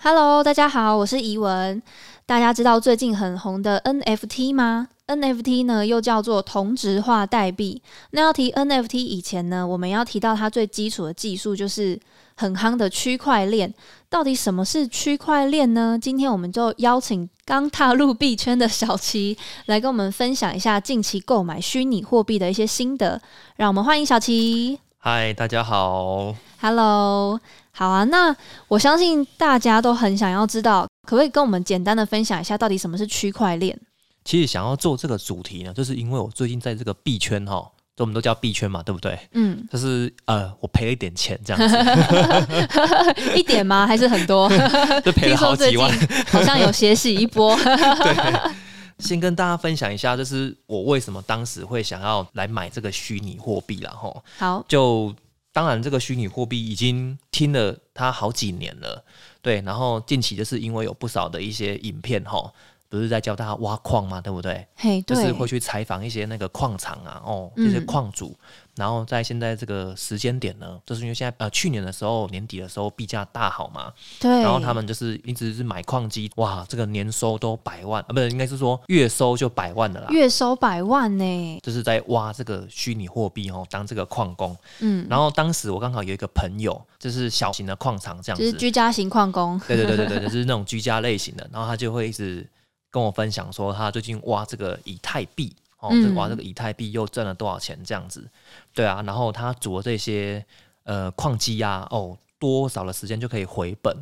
Hello，大家好，我是怡文。大家知道最近很红的 NFT 吗？NFT 呢又叫做同质化代币。那要提 NFT 以前呢，我们要提到它最基础的技术，就是很夯的区块链。到底什么是区块链呢？今天我们就邀请刚踏入币圈的小齐来跟我们分享一下近期购买虚拟货币的一些心得。让我们欢迎小齐。嗨，大家好。 Hello，好啊，那我相信大家都很想要知道，可不可以跟我们简单的分享一下，到底什么是区块链？其实想要做这个主题呢，就是因为我最近在这个币圈哈，我们都叫币圈嘛，对不对？嗯，就是呃，我赔了一点钱这样子， 一点吗？还是很 多？就赔听了说好最几近万。 好像有血洗一波。 对，先跟大家分享一下，就是我为什么当时会想要来买这个虚拟货币啦哈。好，就当然，这个虚拟货币已经听了它好几年了，对。然后近期就是因为有不少的一些影片哈，不是在教大家挖矿嘛，对不对？嘿，就对，是会去采访一些那个矿场啊，哦，这些嗯矿主，然后在现在这个时间点呢，就是因为现在呃去年的时候年底的时候币价大好嘛，对，然后他们就是一直是买矿机，哇，这个年收都百万啊，不是应该是说月收就百万的啦，月收百万呢。就是在挖这个虚拟货币哦，当这个矿工。嗯，然后当时我刚好有一个朋友，就是小型的矿场这样就是子，居家型矿工。对对对对对，就是那种居家类型的，然后他就会一直跟我分享说，他最近挖这个以太币，哦，嗯这挖这个以太币又赚了多少钱这样子，对啊，然后他做这些呃矿机啊，哦，多少的时间就可以回本。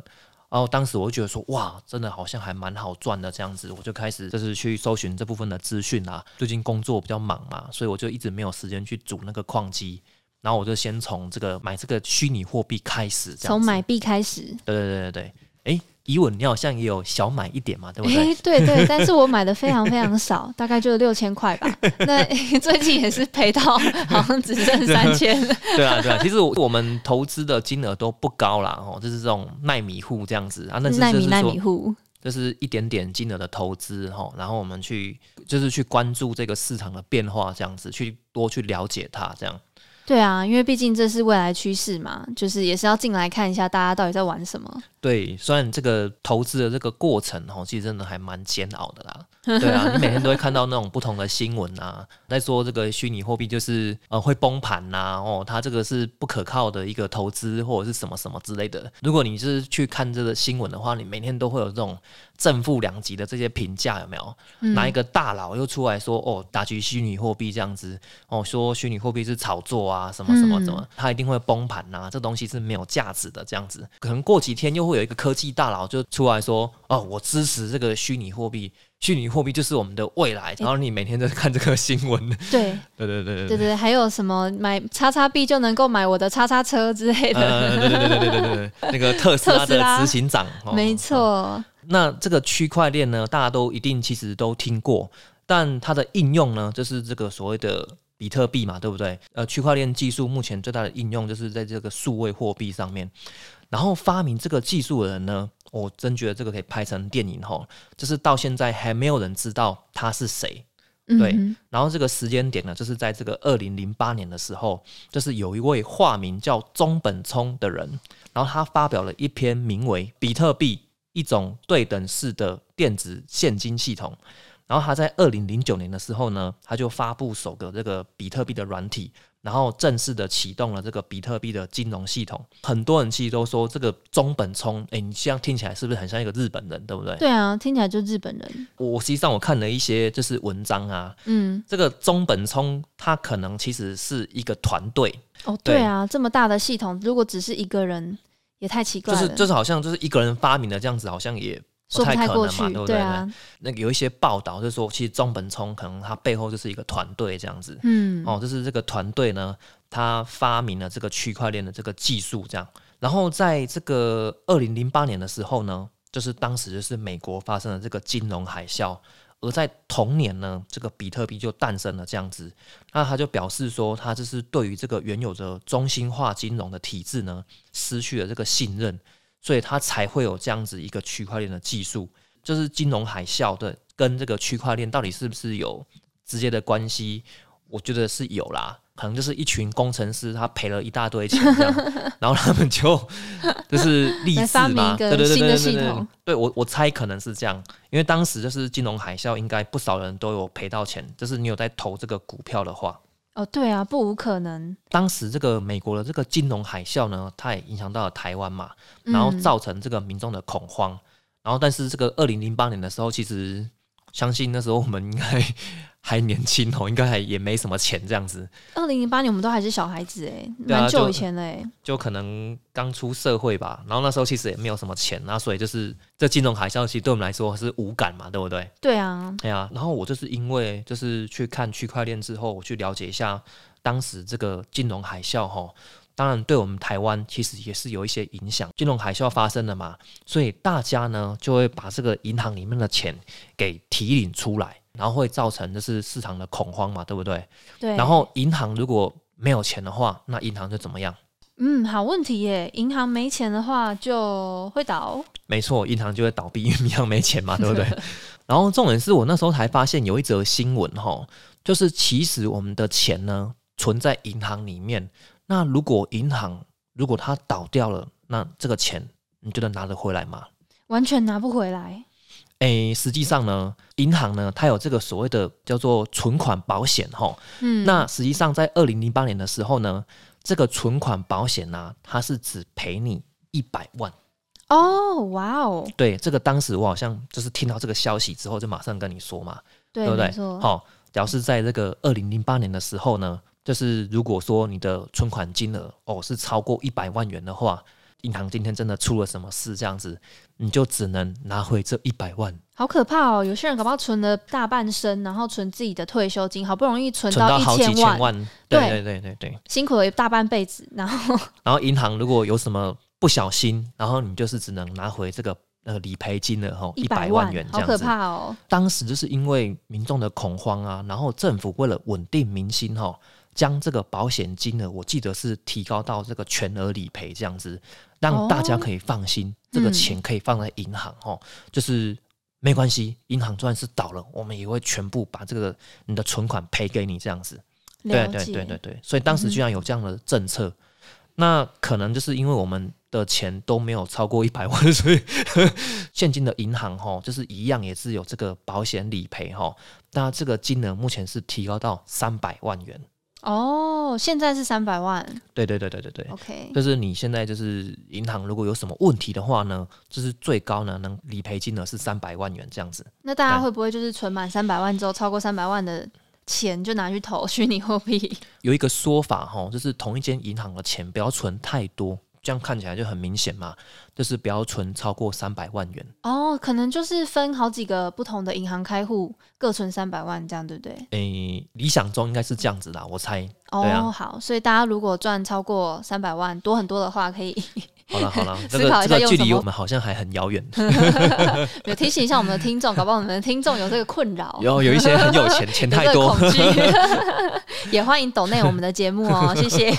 然后当时我就觉得说，哇，真的好像还蛮好赚的这样子，我就开始就是去搜寻这部分的资讯啊。最近工作比较忙嘛，所以我就一直没有时间去组那个矿机，然后我就先从这个买这个虚拟货币开始，这样从子。买币开始，对对对对对，诶，以文你好像也有小买一点嘛，对不对？哎，对 对，但是我买的非常非常少，大概就六千块吧。那 最近也是赔到好像只剩三千，对啊对啊，其实我我们投资的金额都不高啦，哦，就是这种奈米户这样子啊，那是纳就米是纳说米户。就是一点点金额的投资哈，吼然后我们去就是去关注这个市场的变化，这样子去多去了解它，这样对啊，因为毕竟这是未来趋势嘛，就是也是要进来看一下大家到底在玩什么。对。虽然这个投资的这个过程哈，吼其实真的还蛮煎熬的啦，对啊，你每天都会看到那种不同的新闻啊，在说这个虚拟货币就是呃会崩盘呐、哦，它这个是不可靠的一个投资或者是什么什么之类的。如果你是去看这个新闻的话，你每天都会有这种正负两极的这些评价，有没有？嗯哪一个大佬又出来说哦，打击虚拟货币这样子，哦说虚拟货币是炒作啊，什么什么什么，它一定会崩盘呐、这东西是没有价值的这样子。可能过几天又会有一个科技大佬就出来说哦，我支持这个虚拟货币。虚拟货币就是我们的未来，然后你每天都在看这个新闻，对对对对对对，还有什么买叉叉币就能够买我的叉叉车之类的，呃，对对对对对对对，那个特斯拉特斯的拉执行长，哦没。错，那这个区块链呢，大家都一定其实都听过，但它的应用呢，就是这个所谓的比特币嘛，对不对？呃，区块链技术目前最大的应用就是在这个数位货币上面。然后发明这个技术的人呢，我真觉得这个可以拍成电影吼，就是到现在还没有人知道他是谁。嗯对哼，然后这个时间点呢，就是在这个二零零八年的时候，就是有一位化名叫中本聪的人，然后他发表了一篇名为《比特币：一种对等式的电子现金系统》。然后他在二零零九年的时候呢，他就发布首个这个比特币的软体，然后正式的启动了这个比特币的金融系统。很多人其实都说这个中本聪，哎，你这样听起来是不是很像一个日本人，对不对？对啊，听起来就日本人，我我实际上我看了一些就是文章啊，嗯，这个中本聪他可能其实是一个团队，哦，对对啊，这么大的系统，如果只是一个人，也太奇怪就了，是就是好像就是一个人发明的这样子，好像也不说不可太能过嘛，去对不，对啊，那个有一些报道就说，其实中本聪可能他背后就是一个团队这样子，嗯，哦，就是这个团队呢，他发明了这个区块链的这个技术，这样。然后在这个二零零八年的时候呢，就是当时就是美国发生了这个金融海啸，而在同年呢，这个比特币就诞生了这样子。那他就表示说，他就是对于这个原有的中心化金融的体制呢，失去了这个信任，所以他才会有这样子一个区块链的技术。就是金融海啸的跟这个区块链到底是不是有直接的关系？我觉得是有啦，可能就是一群工程师他赔了一大堆钱这样，然后他们就 就是立来志发明嘛，一个对对对新对的对系对统，对我我猜可能是这样，因为当时就是金融海啸，应该不少人都有赔到钱，就是你有在投这个股票的话。哦，对啊，不无可能。当时这个美国的这个金融海啸呢，它也影响到了台湾嘛，然后嗯造成这个民众的恐慌。然后，但是这个二零零八年的时候，其实相信那时候我们应该还年轻哦，应该还也没什么钱这样子，二零零八年我们都还是小孩子哎、对啊蛮久就以前了哎、就可能刚出社会吧。然后那时候其实也没有什么钱，那所以就是这金融海啸，其实对我们来说是无感嘛，对不对？对啊，哎呀，然后我就是因为就是去看区块链之后，我去了解一下当时这个金融海啸哈，当然对我们台湾其实也是有一些影响。金融海啸发生了嘛，所以大家呢就会把这个银行里面的钱给提领出来，然后会造成就是市场的恐慌嘛，对不对？对。然后银行如果没有钱的话，那银行就怎么样？嗯，好问题耶、银行没钱的话就会倒。没错，银行就会倒闭，因为银行没钱嘛，对不对？然后重点是我那时候才发现有一则新闻哈，就是其实我们的钱呢存在银行里面，那如果银行如果它倒掉了，那这个钱你觉得拿得回来吗？完全拿不回来。诶，实际上呢，银行呢，它有这个所谓的叫做存款保险哈。嗯，那实际上在二零零八年的时候呢，这个存款保险呢、它是只赔你一百万。哦，哇哦，对，这个当时我好像就是听到这个消息之后，就马上跟你说嘛。对，对不对没错，好、表示在这个二零零八年的时候呢，就是如果说你的存款金额哦是超过一百万元的话，银行今天真的出了什么事这样子，你就只能拿回这一百万，好可怕哦！有些人搞不好存了大半生，然后存自己的退休金，好不容易存存到一好几万，千万。对对对对对对。辛苦了大半辈子，然后然后银行如果有什么不小心，然后你就是只能拿回这个呃理赔金额哦一百百万元这好样可子。怕哦！当时就是因为民众的恐慌啊，然后政府为了稳定民心哈、将这个保险金额我记得是提高到这个全额理赔这样子，让大家可以放心，这个钱可以放在银行哈、就是没关系，银行就算是倒了，我们也会全部把这个你的存款赔给你这样子。对了对解，嗯对对对，所以当时居然有这样的政策，那可能就是因为我们的钱都没有超过一百万， 所以现金的银行哈，就是一样也是有这个保险理赔哈。那这个金额目前是提高到三百万元。哦，现在是三百万对对对对对对。 ，OK，就是你现在就是银行，如果有什么问题的话呢，就是最高呢能理赔金额是三百万元这样子。那大家对会不会就是存满三百万之后，超过三百万的钱就拿去投虚拟货币？有一个说法哈，就是同一间银行的钱不要存太多，这样看起来就很明显嘛，就是不要存超过三百万元。哦，可能就是分好几个不同的银行开户，各存三百万，这样对不对？诶、理想中应该是这样子啦，我猜。哦，对啊好，所以大家如果赚超过三百万多很多的话，可以好了好 了，这思考个一这下个距用离什么我们好像还 很遥远。有提醒一下我们的听众，搞不好我们的听众有这个困扰，有有一些很有钱，钱有这太个多。 恐惧，也欢迎抖内我们的节目哦，谢 谢。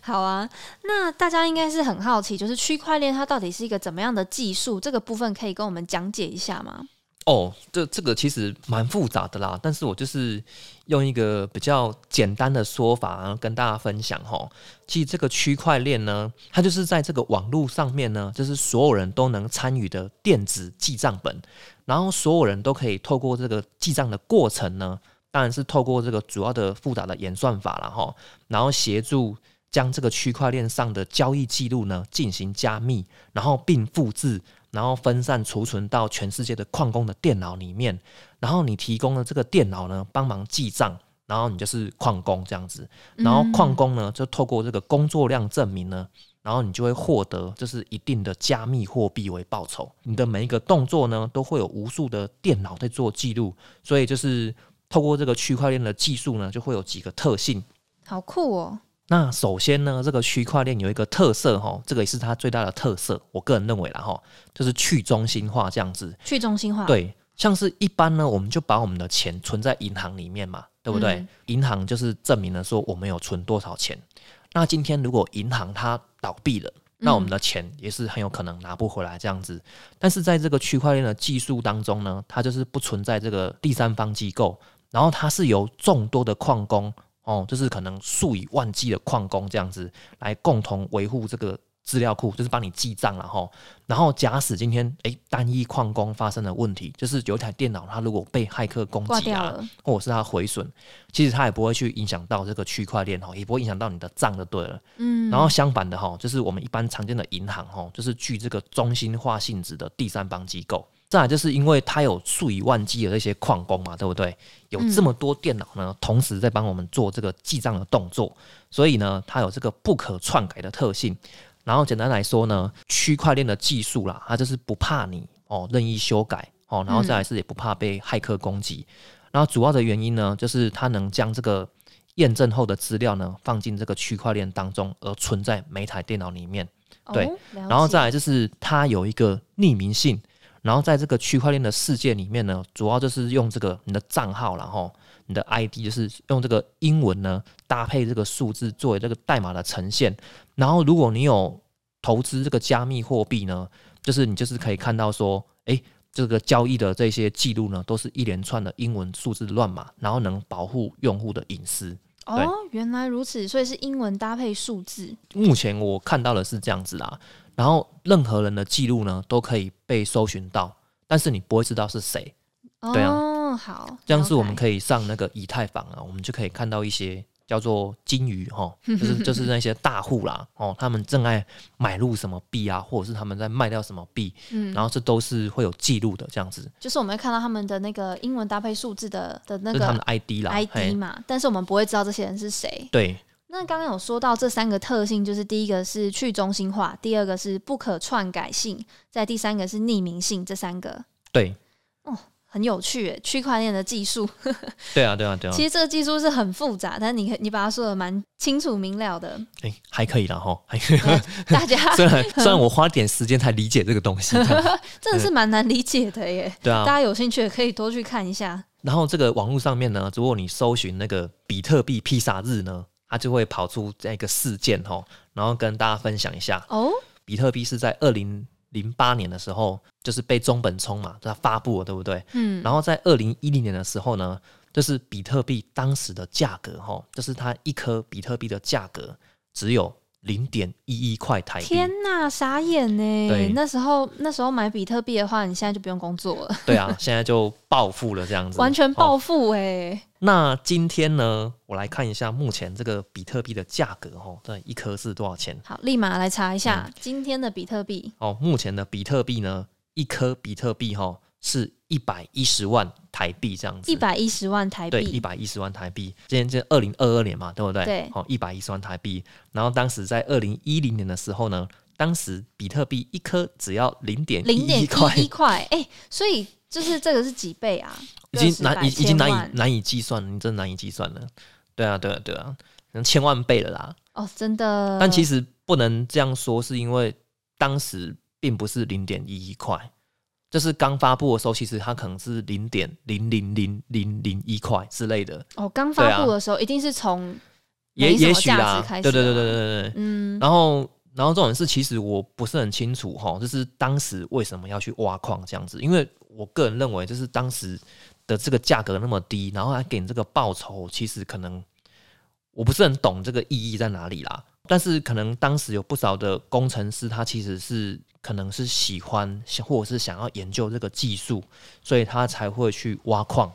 好啊，那大家应该是很好奇，就是区块链它到底是一个怎么样的技术？这个部分可以跟我们讲解一下吗？哦，这这个其实蛮复杂的啦，但是我就是用一个比较简单的说法、跟大家分享哈。其实这个区块链呢，它就是在这个网络上面呢，就是所有人都能参与的电子记账本，然后所有人都可以透过这个记账的过程呢，当然是透过这个主要的复杂的演算法啦哈，然后协助。将这个区块链上的交易记录呢进行加密，然后并复制然后分散储存到全世界的矿工的电脑里面，然后你提供了这个电脑呢帮忙记账，然后你就是矿工这样子，嗯然后矿工呢就透过这个工作量证明呢，然后你就会获得就是一定的加密货币为报酬，你的每一个动作呢都会有无数的电脑在做记录，所以就是透过这个区块链的技术呢，就会有几个特性。好酷哦！那首先呢，这个区块链有一个特色哈，这个也是它最大的特色，我个人认为啦哈，就是去中心化这样子。去中心化，对，像是一般呢，我们就把我们的钱存在银行里面嘛，对不对？嗯银行就是证明了说我们有存多少钱。那今天如果银行它倒闭了，那我们的钱也是很有可能拿不回来这样子。但是在这个区块链的技术当中呢，它就是不存在这个第三方机构，然后它是由众多的矿工哦，就是可能数以万计的矿工这样子来共同维护这个资料库，就是帮你记账了哈。然后假使今天诶单一矿工发生了问题，就是有一台电脑它如果被骇客攻挂击掉啊，了，或者是它毁损，其实它也不会去影响到这个区块链哈，也不会影响到你的账就对了。嗯，然后相反的哈，就是我们一般常见的银行哈，就是具这个中心化性质的第三方机构。再来就是因为它有数以万计的那些矿工嘛，对不对？有这么多电脑呢，同时在帮我们做这个记账的动作，所以呢，它有这个不可篡改的特性。然后简单来说呢，区块链的技术啦，它就是不怕你哦任意修改哦，然后再来是也不怕被骇客攻击。然后主要的原因呢，就是它能将这个验证后的资料呢放进这个区块链当中，而存在每台电脑里面。对哦，然然后再来就是它有一个匿名性，然后在这个区块链的世界里面呢，主要就是用这个你的账号啦，然后你的 ID 就是用这个英文呢搭配这个数字作为这个代码的呈现。然后如果你有投资这个加密货币呢，就是你就是可以看到说，诶，这个交易的这些记录呢，都是一连串的英文数字乱码，然后能保护用户的隐私。哦，原来如此，所以是英文搭配数字，目前我看到的是这样子啦。然后任何人的记录呢都可以被搜寻到，但是你不会知道是谁。对啊哦，好，这样是我们以可以上那个以太坊啊，我们就可以看到一些叫做金鱼哈，就是 就是那些大户啦哦，他们正在买入什么币啊，或者是他们在卖掉什么币，嗯然后这都是会有记录的这样子，就是我们会看到他们的那个英文搭配数字的的那就是他们个的 ID 啦 ID 嘿嘛，但是我们不会知道这些人是谁。对，那刚刚有说到这三个特性，就是第一个是去中心化，第二个是不可篡改性，再第三个是匿名性，这三个对，很有趣耶，区块链的技 术。对啊，对啊，对啊其，实这个技术是很复杂，但你可你把它说的蛮清楚明了 的，哎、还可以啦哈，还可以。大家虽 然虽然我花点时间才理解这个东西，这样真的是蛮难理解的耶。对 啊大，家有兴趣也可以多去看一下。然后这个网络上面呢，如果你搜寻那个比特币披萨日呢，它就会跑出这样一个事件哦，然后跟大家分享一下。哦，比特币是在二零零八年的时候，就是被中本聪嘛，它发布了，对不对？嗯，然后在二零一零年的时候呢，就是比特币当时的价格哈，就是它一颗比特币的价格只有零点一一块台币。天呐，傻眼呢对！那时候那时候买比特币的话，你现在就不用工作了，对啊，现在就暴富了这样子，完全哦暴富哎。那今天呢，我来看一下目前这个比特币的价格哦，这一颗是多少钱？好，立马来查一下、嗯今天的比特币哦，目前的比特币呢，一颗比特币哈、哦、是一百一十万台币这样子，一百一十万台对，一币，百一十万台币。今天这二零二二年嘛，对不对？对哦，一百一十万台币。然后当时在二零一零年的时候呢，当时比特币一颗只要零点零点一块一，一块，哎、所以就是这个是几倍啊？已经20难百已已经难千万以难以计算了，你真的难以计算了。对啊，对啊，对啊，嗯千万倍了啦。哦，真的。但其实实不能这样说，是因为当时并不是零点一一块，就是刚发布的时候，其实它可能是零点零零零零零一块之类的，哦，刚对发啊布的时候一定是从也没什么也许价啦值，开对始对对对了对对对。嗯然后然后这种事其实我不是很清楚哈，就是当时为什么要去挖矿这样子，因为我个人认为就是当时的这个价格那么低，然后还给你这个报酬，其实可能我不是很懂这个意义在哪里啦。但是可能当时有不少的工程师，他其实是可能是喜欢或者是想要研究这个技术，所以他才会去挖矿，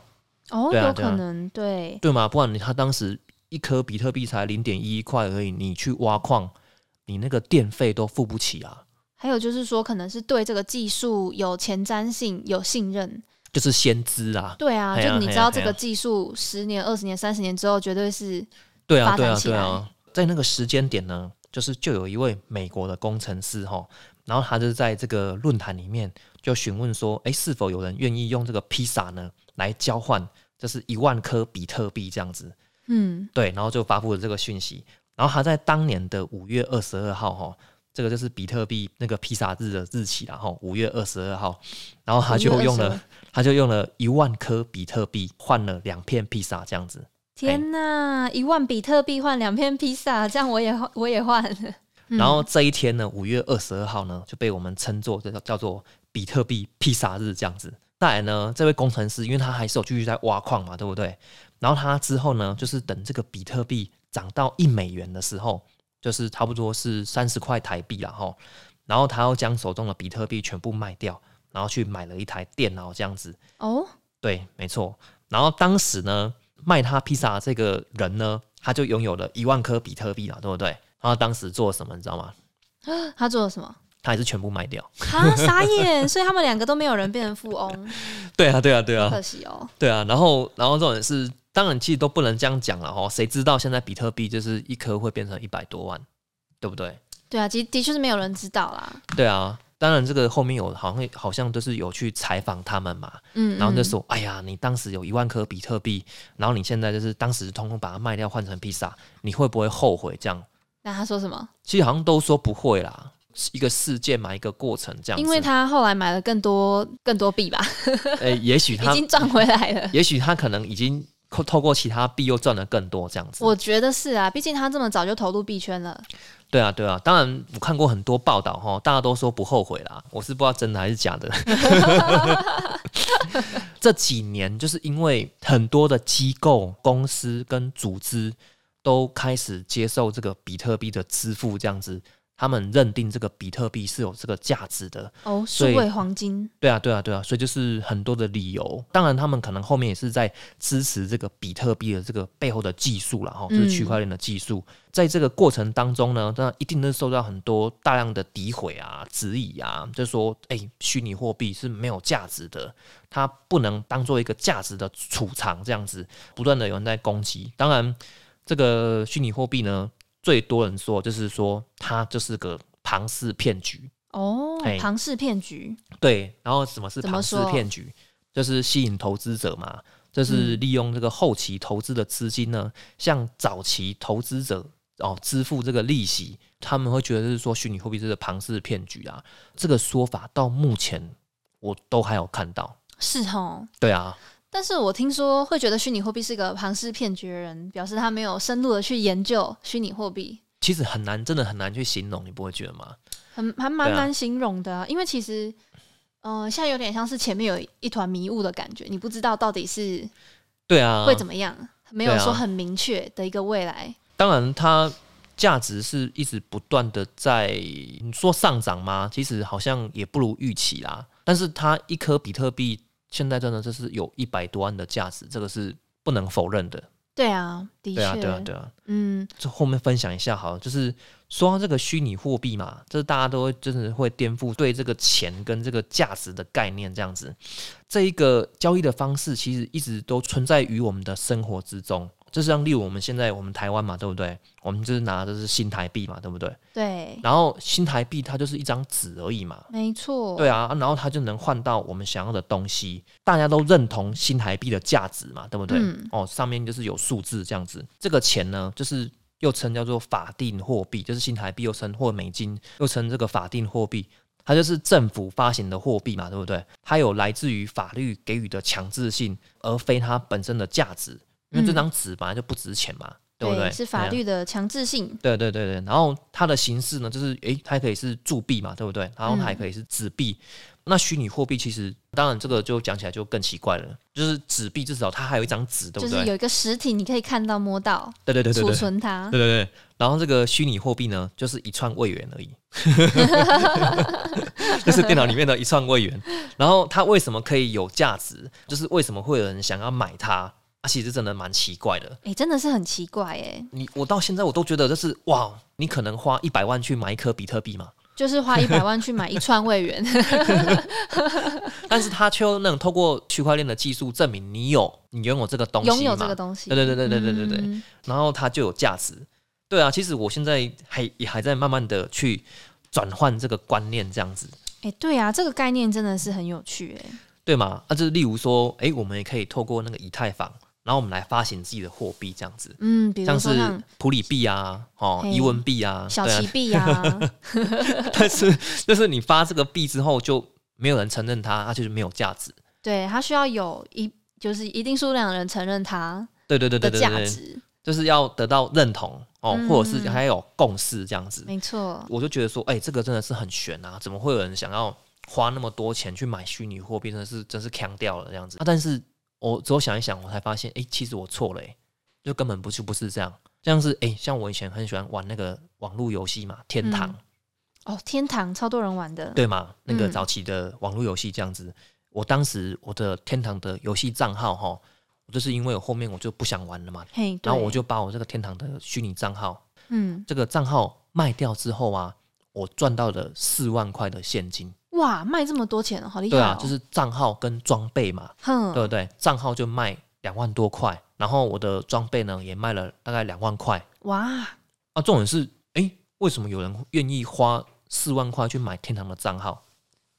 哦，对啊有对啊可能对。对吗？不然你他当时一颗比特币才零点一一块而已，你去挖矿，你那个电费都付不起啊。还有就是说，可能是对这个技术有前瞻性、有信任。就是先知啊，对啊，嘿啊就你嘿啊知道嘿这啊个技术十年、二十年、三十年之后，绝对是对啊，发对展啊，起对来啊，在那个时间点呢，就是就有一位美国的工程师哈，然后他就在这个论坛里面就询问说，诶，是否有人愿意用这个披萨呢来交换，就是一万颗比特币这样子？嗯，对，然后就发布了这个讯息。然后他在当年的五月二十二号哈，这个就是比特币那个披萨日的日期啦哈，五月二十二号，然后他就用5月22了他就用了一万颗比特币换了两片披萨这样子。天呐，一万比特币换两片披萨，这样我也 我也换。嗯然后这一天呢，五月二十二号呢，就被我们称作这叫叫做比特币披萨日这样子。再来呢，这位工程师，因为他还是有继续在挖矿嘛，对不对？然后他之后呢，就是等这个比特币涨到一美元的时候，就是差不多是三十块台币了哈。吼然后他要将手中的比特币全部卖掉，然后去买了一台电脑这样子。哦，对，没错。然后当时呢，卖他披萨这个人呢，他就拥有了一万颗比特币了，对不对？然后当时做了什么，你知道吗？他做了什么？他还是全部卖掉。啊，傻眼！所以他们两个都没有人变成富 翁，对啊，对啊，对啊， 可惜哦。对啊。然后，然后重点是，当然其实都不能这样讲了哦。谁知道现在比特币就是一颗会变成一百多万，对不对？对啊，其实的确是没有人知道啦。对啊。当然，这个后面有好像好像都是有去采访他们嘛，嗯，然后就嗯说：“哎呀，你当时有一万颗比特币，然后你现在就是当时通通把它卖掉换成披萨，你会不会后悔？”这样，那他说什么？其实好像都说不会啦，是一个事件嘛，一个过程这样子。因为他后来买了更多更多 币吧，呃、也 许已他，经赚回来了。也许他可能已经透透过其他币又赚了更多这样子。我觉得是啊，毕竟他这么早就投入币圈了。对啊，对啊，当然我看过很多报道哈，大家都说不后悔啦，我是不知道真的还是假的。 这几年就是因为很多的机构、公司跟组织都开始接受这个比特币的支付，这样子，他们认定这个比特币是有这个价值的。哦，数所以位黄金，对啊，对啊，对啊，所以就是很多的理由。当然，他们可能后面也是在支持这个比特币的这个背后的技术啦，哈，就是嗯区块链的技术。在这个过程当中呢，当然一定是受到很多大量的诋毁啊、质疑啊，就说，哎、虚拟货币是没有价值的，它不能当做一个价值的储藏，这样子不断的有人在攻击。当然，这个虚拟货币呢，最多人说就是说它就是个庞氏骗局，哦哎，庞氏骗局，对，然后什么是怎么庞氏说骗局？就是吸引投资者嘛，嗯就是利用这个后期投资的资金呢，向早期投资者哦支付这个利息，他们会觉得是说虚拟货币这个庞氏骗局啊，这个说法到目前我都还有看到。是哦。对啊，但是我听说会觉得虚拟货币是个庞氏骗局的人，表示他没有深入的去研究虚拟货币，其实很难，真的很难去形容，你不会觉得吗？很还蛮对啊难形容的、啊。因为其实，呃，现在有点像是前面有一团迷雾的感觉，你不知道到底是对啊，会怎么样，没有对啊说很明确的一个未来。当然，它价值是一直不断的在你说上涨吗？其实好像也不如预期啦。但是它一颗比特币现在真的就是有一百多万的价值，这个是不能否认的。对啊，的确，对啊，对啊，对啊。嗯，这后面分享一下好了，就是说到这个虚拟货币嘛，这大家都会真的会颠覆对这个钱跟这个价值的概念，这样子。这一个交易的方式其实一直都存在于我们的生活之中，就是像例如我们现在我们台湾嘛，对不对？我们就是拿的是新台币嘛，对不对？对，然后新台币它就是一张纸而已嘛，没错，对啊，然后它就能换到我们想要的东西，大家都认同新台币的价值嘛，对不对？嗯哦，上面就是有数字这样子，这个钱呢，就是又称叫做法定货币，就是新台币又称或美金，又称这个法定货币。它就是政府发行的货币嘛，对不对？它有来自于法律给予的强制性，而非它本身的价值，因为这嗯张纸本来就不值钱嘛，对不对？是法哎呀律的强制性。对啊对对对，然后它的形式呢，就是诶，它还可以是铸币嘛，对不对？然后它还可以是纸币。那虚拟货币其实，当然这个就讲起来就更奇怪了，就是纸币至少它还有一张纸，对就不是对？有一个实体，你可以看到、摸到、对对对对储对。存它对。对对，然后这个虚拟货币呢，就是一串位元 而已，就是电脑里面的一串位元。然后它为什么可以有价值？就是为什么会有人想要买它？啊，其实真的蛮奇怪的。哎、真的是很奇怪哎，你我到现在我都觉得，就是哇，你可能花一百万去买一颗比特币嘛，就是花一百万去买一串 味源，但是它却又能透过区块链的技术证明你有你拥有这个东西嘛，拥有这个东西。对对对对对对对对，嗯然后它就有价值。对啊，其实我现在还也还在慢慢的去转换这个观念，这样子，哎、对啊，这个概念真的是很有趣哎。对吗？啊，就是例如说，诶，我们也可以透过那个以太坊，然后我们来发行自己的货币，这样子，嗯，比如像说像是普里币啊，哦，嘿伊文币啊，小对啊奇，币啊， 但是就是你发这个币之后，就没有人承认它，它就是没有价值。对，它需要有一就是一定数量的人承认它对对对的对对价对，值，就是要得到认同哦，嗯或者是还有共识这样子。没错。我就觉得说，哎、这个真的是很悬啊！怎么会有人想要花那么多钱去买虚拟货币，真的是真是坑掉了这样子。啊、但是我之后想一想，我才发现，哎、其实我错了、诶就根本不是不是这样。像是哎、诶像我以前很喜欢玩那个网络游戏嘛，天堂，嗯哦，天堂超多人玩的，对嘛？那个嗯早期的网络游戏这样子，我当时我的天堂的游戏账号哈，我就是因为我后面我就不想玩了嘛，嘿，对然后我就把我这个天堂的虚拟账号嗯，这个账号卖掉之后啊，我赚到了四万块的现金。哇，卖这么多钱哦，好厉害、对哦，啊，就是账号跟装备嘛，哼，对不对？账号就卖两万多块，然后我的装备呢也卖了大概两万块。哇，啊，重点是，诶，为什么有人愿意花四万块去买天堂的账号，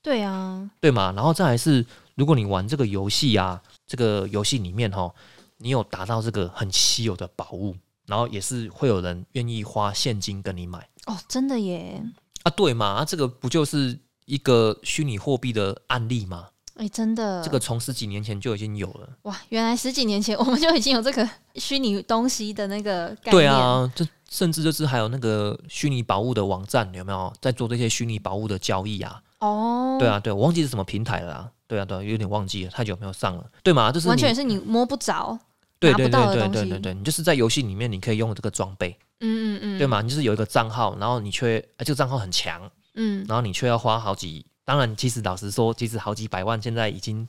对啊，对吗？然后再来是，如果你玩这个游戏啊，这个游戏里面哈，你有达到这个很稀有的宝物，然后也是会有人愿意花现金跟你买。哦，真的耶，啊，对嘛，啊，这个不就是一个虚拟货币的案例吗？哎、真的，这个从十几年前就已经有了。哇，原来十几年前我们就已经有这个虚拟东西的那个概念，对，啊，这甚至就是还有那个虚拟宝物的网站，有没有在做这些虚拟宝物的交易啊？哦，对，啊，对，我忘记是什么平台了啦。对啊，对啊，有点忘记了，太久没有上了。对嘛，就是完你全是你摸不着，对拿不对到对的对东对西对对，你就是在游戏里面你可以用这个装备，嗯嗯嗯，对？嘛？你就是有一个账号，然后你却、哎这个账号很强，嗯，然后你却要花好几，当然，其实老实说，其实好几百万现在已经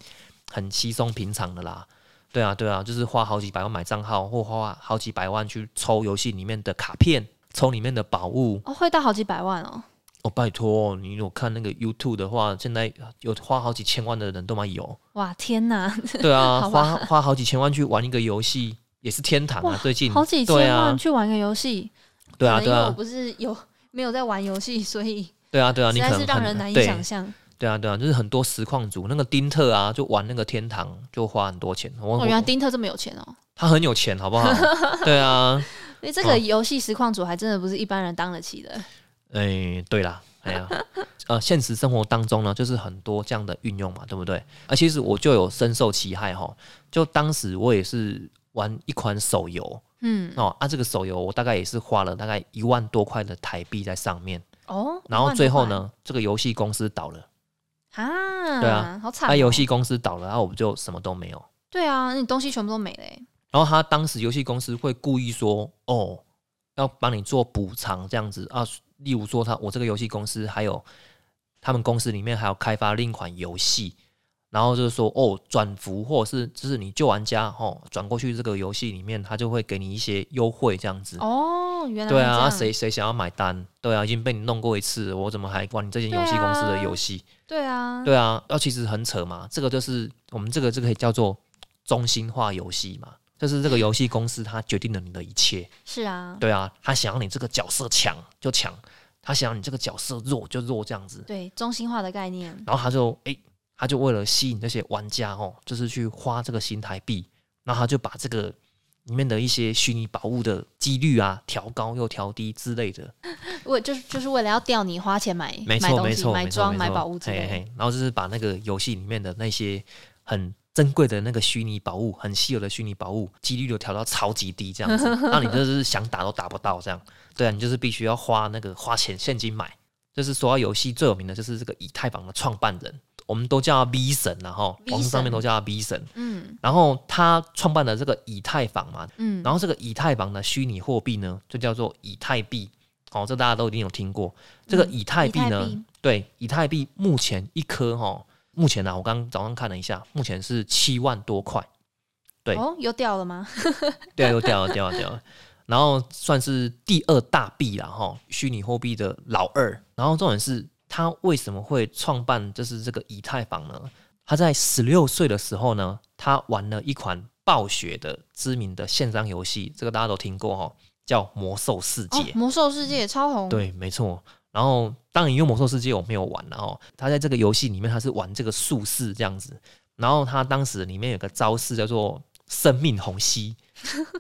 很稀松平常的啦。对啊，对啊，就是花好几百万买账号，或花好几百万去抽游戏里面的卡片，抽里面的宝物。哦，会到好几百万哦，哦，拜托，你有看那个 YouTube 的话，现在有花好几千万的人都 嘛有。哇，天哪，对啊，好吧花花好几千万去玩一个游戏，也是天堂哇啊！最 近好几千对万啊，去玩个游戏，对啊，可能因对为我啊，不是有 没有在玩游戏，所以对啊，对啊，实你可在能是让很人难以对想象。对啊，对啊，就是很多实况组，那个丁特啊，就玩那个天堂，就花很多钱。我哦，原来丁特这么有钱哦！他很有钱，好 不好？对啊，哎，这个哦游戏实况组还真的不是一般人当得起的。哎、对啦，哎呀，呃，现实生活当中呢，就是很多这样的运用嘛，对不对？啊，其实我就有深受其害哈。就当时我也是玩一款手游嗯，哦，啊，这个手游我大概也是花了大概一万多块的台币在上面，哦，然后最后呢，这个游戏公司倒一了，万多块？啊，对啊，好惨哦。啊，游戏公司倒了，然、后我们就什么都没有。对啊，你东西全部都没了欸。然后他当时游戏公司会故意说，哦，要帮你做补偿这样子啊，例如说他我这个游戏公司还有他们公司里面还有开发另一款游戏，然后就是说哦转服或是就是你旧玩家哦转过去这个游戏里面，他就会给你一些优惠这样子。哦，原来嗯对是这啊，啊样谁谁想要买单？对啊，已经被你弄过一次了，我怎么还玩你这间啊游戏公司的游戏？对啊，对啊，那、其实很扯嘛。这个就是我们这个这个可以叫做中心化游戏嘛，就是这个游戏公司它决定了你的一切。是啊，对啊，他想要你这个角色强就强，他想要你这个角色弱就弱这样子。对，中心化的概念，然后他就诶，他就为了吸引这些玩家哦，就是去花这个新台币，然后他就把这个里面的一些虚拟宝物的几率啊调高又调低之类的。为就是就是为了要吊你花钱买没买错，东没西、错，买没错装、没买错宝物之类嘿的。嘿然后就是把那个游戏里面的那些很珍贵的那个虚拟宝物、很稀有的虚拟宝物，几率就调到超级低这 样子，那你就是想打都打不到这样。对啊，你就是必须要花那个花钱现金买。就是说到游戏最有名的就是这个以太坊的创办人，我们都叫他 V 神啊，然后 V 网络上面神都叫他 V 神。嗯然后他创办了这个以太坊嘛，嗯，然后这个以太坊的虚拟货币呢，就叫做以太币。哦，这大家都一定有听过。这个以太币呢，嗯以太币对，以太币目前一颗哈、哦，目前呢、啊，我刚早上看了一下，目前是七万多块。对哦，又掉了吗？对啊，又掉了，掉了，掉了。然后算是第二大币了哈，哦虚拟货币的老二。然后重点是，他为什么会创办就是这个以太坊呢？他在十六岁的时候呢，他玩了一款暴雪的知名的线上游戏，这个大家都听过哦，叫《魔兽世界》哦，魔兽世界超红，嗯对，啊没错。然后，当然，因为魔兽世界我没有玩，然后他在这个游戏里面他是玩这个术士这样子。然后他当时里面有个招式叫做生命虹 吸，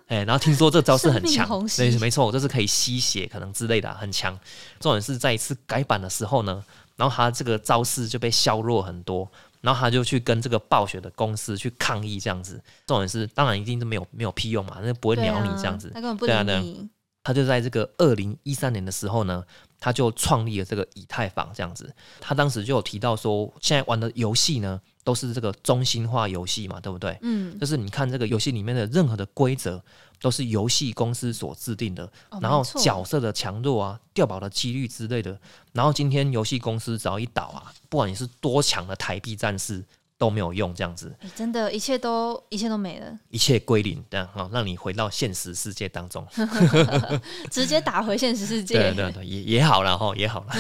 哎，然后听说这招式很生命强虹，吸对，没错，就是可以吸血可能之类的啊，很强。重点是在一次改版的时候呢，然后他这个招式就被削弱很多，然后他就去跟这个暴雪的公司去抗议这样子。重点是，当然一定是没有没有屁用嘛，那不会对啊，鸟你这样子。他根本不对啊对理啊你。他就在这个二零一三年的时候呢，他就创立了这个以太坊这样子。他当时就有提到说，现在玩的游戏呢，都是这个中心化游戏嘛，对不对？嗯，就是你看这个游戏里面的任何的规则都是游戏公司所制定的，哦然后没错角色的强弱啊、掉宝的几率之类的，然后今天游戏公司只要一倒啊，不管你是多强的台币战士都没有用，这样子诶哎真的，一切都一切都没 了，一切归零，这样哈、让你回到现实世界当中。直接打回现实世界。对啊对对，也也好了哈，也好了。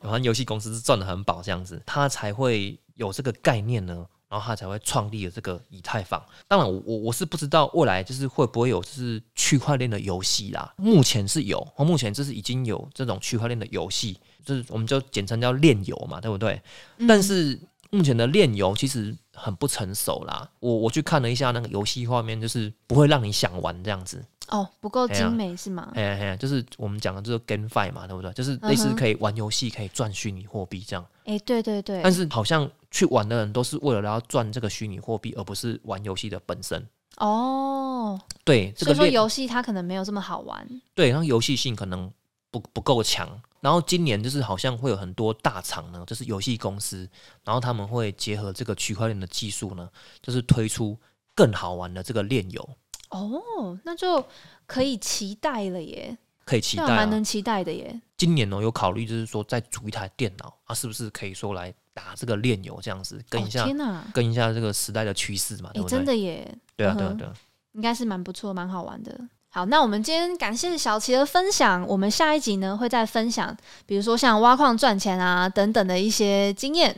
反正游戏公司是赚的很饱这样子，他才会有这个概念呢，然后他才会创立了这个以太坊。当然我，我我是不知道未来就是会不会有就是区块链的游戏啦。目前是有，哦目前就是已经有这种区块链的游戏，就是我们就简称叫链游嘛，对不对？嗯但是目前的炼油其实很不成熟啦。我我去看了一下那个游戏画面，就是不会让你想玩这样子。哦，不够哎呀精美是吗？哎呀哎呀，就是我们讲的就是 GameFi 嘛，对不对？就是类嗯似哼可以玩游戏可以赚虚拟货币这样。哎，对对对但，是好像去玩的人都是为了要赚这个虚拟货币，而不是玩游戏的本身。哦，对，这所个以说链游戏它可能没有这么好玩。对，然后游戏性可能不不够强。然后今年就是好像会有很多大厂呢，就是游戏公司，然后他们会结合这个区块链的技术呢，就是推出更好玩的这个链游，哦，那就可以期待了耶，可以期这待、样蛮啊能。期待的耶。今年哦呢有考虑就是说再组一台电脑啊，是不是可以说来打这个链游这样子，跟一下、哦天哪，跟一下这个时代的趋势嘛，哎对，不对真？的耶，对啊，对嗯啊，哼对啊。应该是蛮不错，蛮好玩的。好，那我们今天感谢小琪的分享，我们下一集呢会再分享，比如说像挖矿赚钱啊等等的一些经验。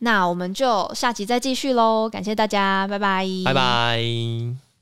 那我们就下集再继续喽，感谢大家，拜拜，拜拜。